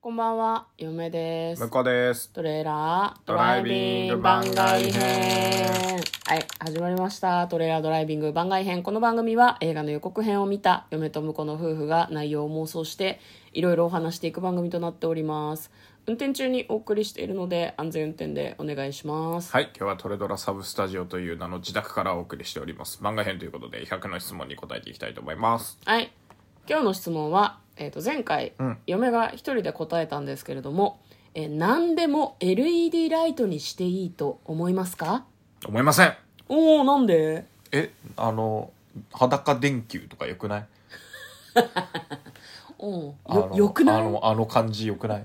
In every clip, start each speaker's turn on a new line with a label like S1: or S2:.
S1: こんばんは、嫁です。
S2: 向こうです。
S1: トレーラード
S2: ドライビング
S1: ライビ
S2: 番外編
S1: はい、始まりました。トレーラードライビング番外編。この番組は映画の予告編を見た嫁と婿の夫婦が内容を妄想していろいろお話していく番組となっております。運転中にお送りしているので安全運転でお願いします。
S2: はい、今日はトレドラサブスタジオという名の自宅からお送りしております。漫画編ということで、100の質問に答えていきたいと思います。
S1: はい。今日の質問は、えー、と前回、嫁が一人で答えたんですけれども、えー何でも LED ライトにしていいと思いますか
S2: 思いません
S1: おおなんで
S2: え、あの、裸電球とかよくない
S1: おう
S2: あ
S1: よ
S2: の
S1: よくな
S2: あ
S1: い
S2: の、あの感じよく ない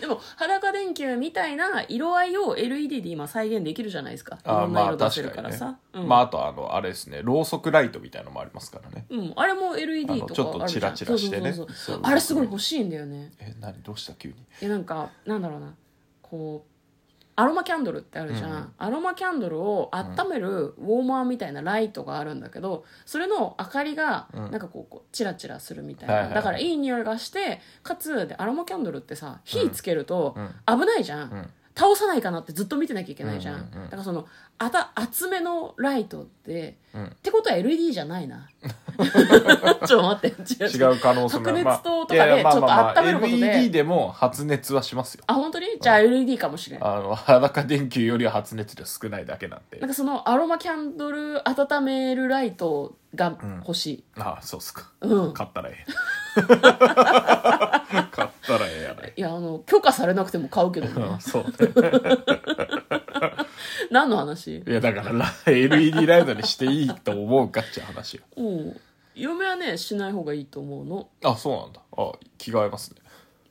S1: でも裸電球みたいな色合いを LED で今再現できるじゃないですかい
S2: あ
S1: ろんな
S2: ま
S1: 色
S2: あ
S1: 出せる
S2: 確
S1: か
S2: からにね
S1: さ。うん
S2: まああとあの、あれですね、ろうそくライトみたいのもありますからね。
S1: うん、あれも LED と
S2: あ
S1: か
S2: のちょっと
S1: あるじゃん
S2: チラチラしてね
S1: そうそうそうそう
S2: そう
S1: あれすごい欲しいんだよね
S2: え、何どうした急に。
S1: えなんかなんだろうなこうアロマキャンドルってあるじゃん、
S2: うん
S1: アロマキャンドルを温めるウォーマーみたいなライトがあるんだけど、それの明かりが
S2: うん
S1: なんかこうこうチラチラするみたい
S2: はい
S1: な、
S2: はいはい
S1: だからいい匂いがしてかつでアロマキャンドルってさ火つけると
S2: うん
S1: 危ないじゃん、
S2: うん。
S1: 倒さないかなってずっと見てなきゃいけないじゃん,、
S2: うんうんうん
S1: だからそのあた厚めのライトって
S2: うん
S1: っ。てことは LED じゃない な ちょっと待って違う
S2: 違う可能性も
S1: 白熱灯とかで
S2: まあいやいやまあ
S1: ちょっと
S2: まあまあ
S1: 温めることで
S2: LED でも発熱はしますよ。
S1: あ本当にじゃあ LED かもしれん
S2: あの、裸電球よりは発熱量少ないだけなんで
S1: なん。かそのアロマキャンドル温めるライトが欲しい、
S2: ああ、そうっすか。
S1: うん
S2: 買ったらえ え。買ったらええやない
S1: やあの許可されなくても買うけどね
S2: うん。そうね。
S1: 何の話
S2: いや、だからラ、LED ライトにしていいと思うかっていう話よ。
S1: うん嫁はねしない方がいいと思うの
S2: あ、そうなんだ。あ、着替えますね。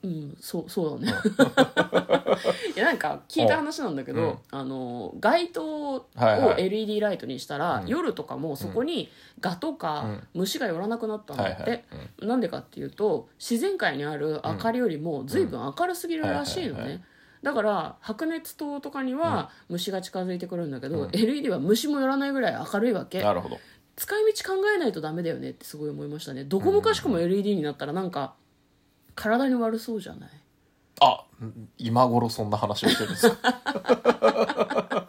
S1: うんそうそうだね いやなんか聞いた話なんだけど、
S2: うん
S1: あの街灯を
S2: はいはい
S1: LED ライトにしたら、
S2: うん
S1: 夜とかもそこにガとか虫が寄らなくなったんだ
S2: は
S1: っ
S2: い
S1: て、
S2: はい。
S1: なんでかっていうと自然界にある明かりよりも随分明るすぎるらしいの
S2: うんはいはいは
S1: ねだから白熱灯とかには虫が近づいてくるんだけど、
S2: うん
S1: LED は虫も寄らないぐらい明るいわ
S2: うん
S1: け
S2: なるほど。
S1: 使い道考えないとダメだよねってすごい思いましたねどこもかしこも LED になったらなんか体に悪そうじゃない
S2: あ、今頃そんな話をしてるんですか。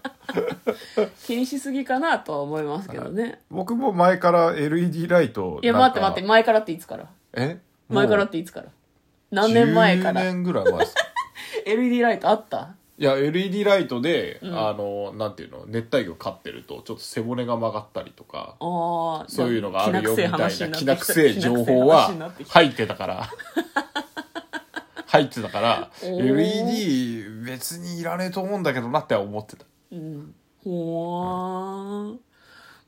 S1: 気にしすぎかなとは思いますけどね
S2: 僕も前から LED ライト
S1: いや待って待って
S2: って。
S1: 前からっていつから
S2: え
S1: 前からっていつから何年前か
S2: 10
S1: ら
S2: 年ぐらい前です。
S1: LED ライトあった
S2: いや LED ライトで、
S1: ん
S2: あのなんていうの熱帯魚飼ってるとちょっと背骨が曲がったりとか
S1: ああ
S2: そういうのがあるよみたいな気なくせ
S1: せ
S2: え情報は入ってたから 入ってたから
S1: おー
S2: LED 別にいらねえと思うんだけどなって思ってた
S1: うん、ほーん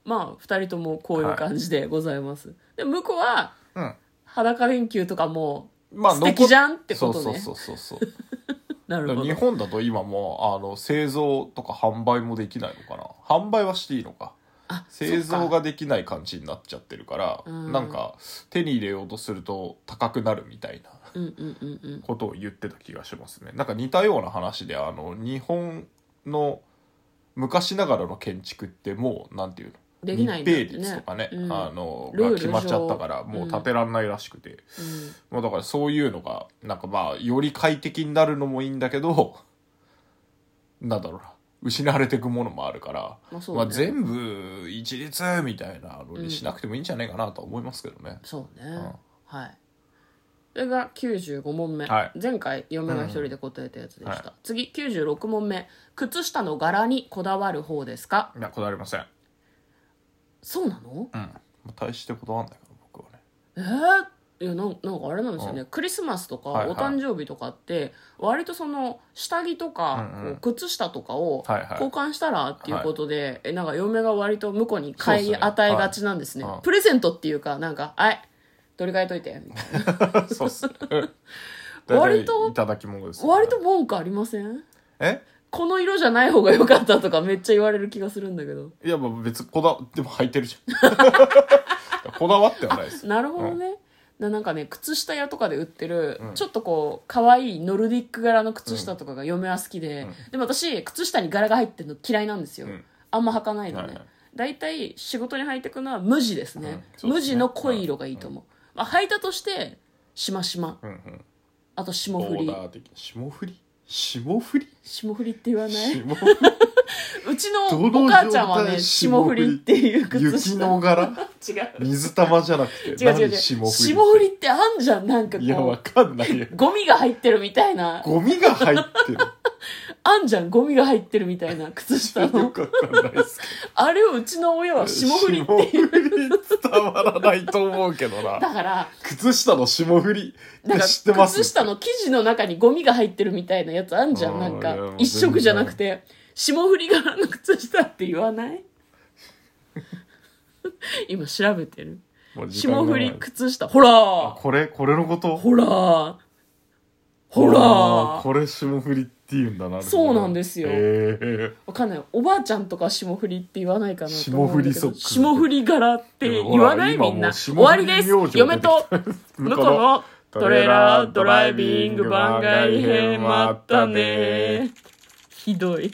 S1: まあ2人ともこういう感じでございます、で向こうは
S2: うん
S1: 裸電球とかも
S2: ま
S1: 素敵じゃんってことね
S2: そうそうそうそうそう
S1: なる
S2: だか
S1: ほ
S2: ら日
S1: ど
S2: 本だと今もうあの製造とか販売もできないのかな販売はしていいのか
S1: あ
S2: 製
S1: そ
S2: 造
S1: っか
S2: ができない感じになっちゃってるから
S1: うん
S2: なんか手に入れようとすると高くなるみたいな
S1: うんうんうんうん
S2: ことを言ってた気がしますねなんか似たような話であの日本の昔ながらの建築ってもうなんていうの
S1: できないんだってね
S2: 密閉率とかね、
S1: うん
S2: あの
S1: ルー
S2: が
S1: ル
S2: 決まっちゃったから
S1: 上
S2: も
S1: うん
S2: う建てらんないらしくて、まあ、だからそういうのがなんかまあより快適になるのもいいんだけどなんだろうな失われていくものもあるから、
S1: まあそうね
S2: まあ、全部一律みたいなのにしなくてもいいんじゃないかなとは思いますけどね。
S1: そうね、
S2: ん
S1: はいそれが95問目、
S2: はい
S1: 前回嫁が一人で答えたやつでした、
S2: うんは
S1: 次96問目靴下の柄にこだわる方ですか
S2: いやこだわりません、
S1: そうなの
S2: うん、大してこだわんないから僕はね。
S1: えーいやなんなんかあれなんですよね、クリスマスとか
S2: はいは
S1: お
S2: い
S1: 誕生日とかって割とその下着とか
S2: うんうん
S1: こう靴下とかを
S2: はいはい
S1: 交換したらっていうことで、えなんか嫁が割と向こうに買
S2: そ
S1: い
S2: うっすね
S1: 与えがちなんですね
S2: はいうん
S1: プレゼントっていうかなんか「はい取り替えといて」みたい
S2: そうっ すね。
S1: 割と
S2: 大体いただき物です、
S1: な割と。文句ありません
S2: え
S1: この色じゃない方が良かったとかめっちゃ言われる気がするんだけど
S2: いや、まあ別にこだ、でも履いてるじ ゃん。こだわってはないです。
S1: なるほどね、ななんかね靴下屋とかで売ってる、ちょっとこう可愛いノルディック柄の靴下とかが嫁は好きで、でも私靴下に柄が入ってるの嫌いなんですよ、
S2: うん
S1: あんま履かないのね、
S2: はいはい
S1: だいたい仕事に履いてくのは無地ですね,、
S2: うんそうですね
S1: 無地の濃い色がいいと思う、まあ、履いたとしてしましま
S2: うんうん。
S1: あと霜
S2: ボ
S1: 降
S2: ー
S1: り
S2: ダー的霜降り霜降り
S1: 霜降りって言わないう
S2: 霜降り
S1: ちの
S2: ど の
S1: お母ちゃんは
S2: 状
S1: ね
S2: 態
S1: 霜降りっていう靴下
S2: 雪の柄
S1: 違う
S2: 水玉じゃなくて
S1: 違う違う違う
S2: 何霜降り
S1: 霜降りってあんじゃんなんかこ
S2: いやわ
S1: う
S2: かんないよ
S1: ゴミが入ってるみたいな
S2: ゴミが入ってる
S1: あんじゃんゴミが入ってるみたいな 靴下
S2: よ
S1: の
S2: くわかんないです
S1: あれをうちの親
S2: け
S1: は
S2: ど
S1: 霜降りって
S2: 霜降り伝わらないと思うけどな
S1: だから
S2: 靴下の霜降りっ
S1: なん
S2: て
S1: か
S2: 知ってます
S1: 靴下の生地の中にゴミが入ってるみたいなやつあんじゃ
S2: あ
S1: ん
S2: ー
S1: なん
S2: いやも
S1: か
S2: う
S1: 一色じゃなくて霜降り柄の靴下って言わない 今調べてる
S2: もう時間が
S1: 霜降
S2: ない
S1: り靴下ほ
S2: あ
S1: ら
S2: これこれのこと
S1: ほらほ
S2: あー
S1: ら
S2: これ霜降りっていうんだな
S1: そうなんですよ
S2: へー
S1: わかんないおばあちゃんとか霜降りって言わないかなと思
S2: 霜
S1: う
S2: 降
S1: んだ
S2: り
S1: け
S2: ソッ
S1: ど
S2: クス
S1: 霜降り柄って言わない
S2: ほ
S1: み
S2: ら今
S1: ん
S2: も
S1: な
S2: う
S1: 終
S2: 霜降
S1: わ
S2: り
S1: りです
S2: 明星
S1: 嫁 と向こうのトレーラードライビング番外編まったねひどい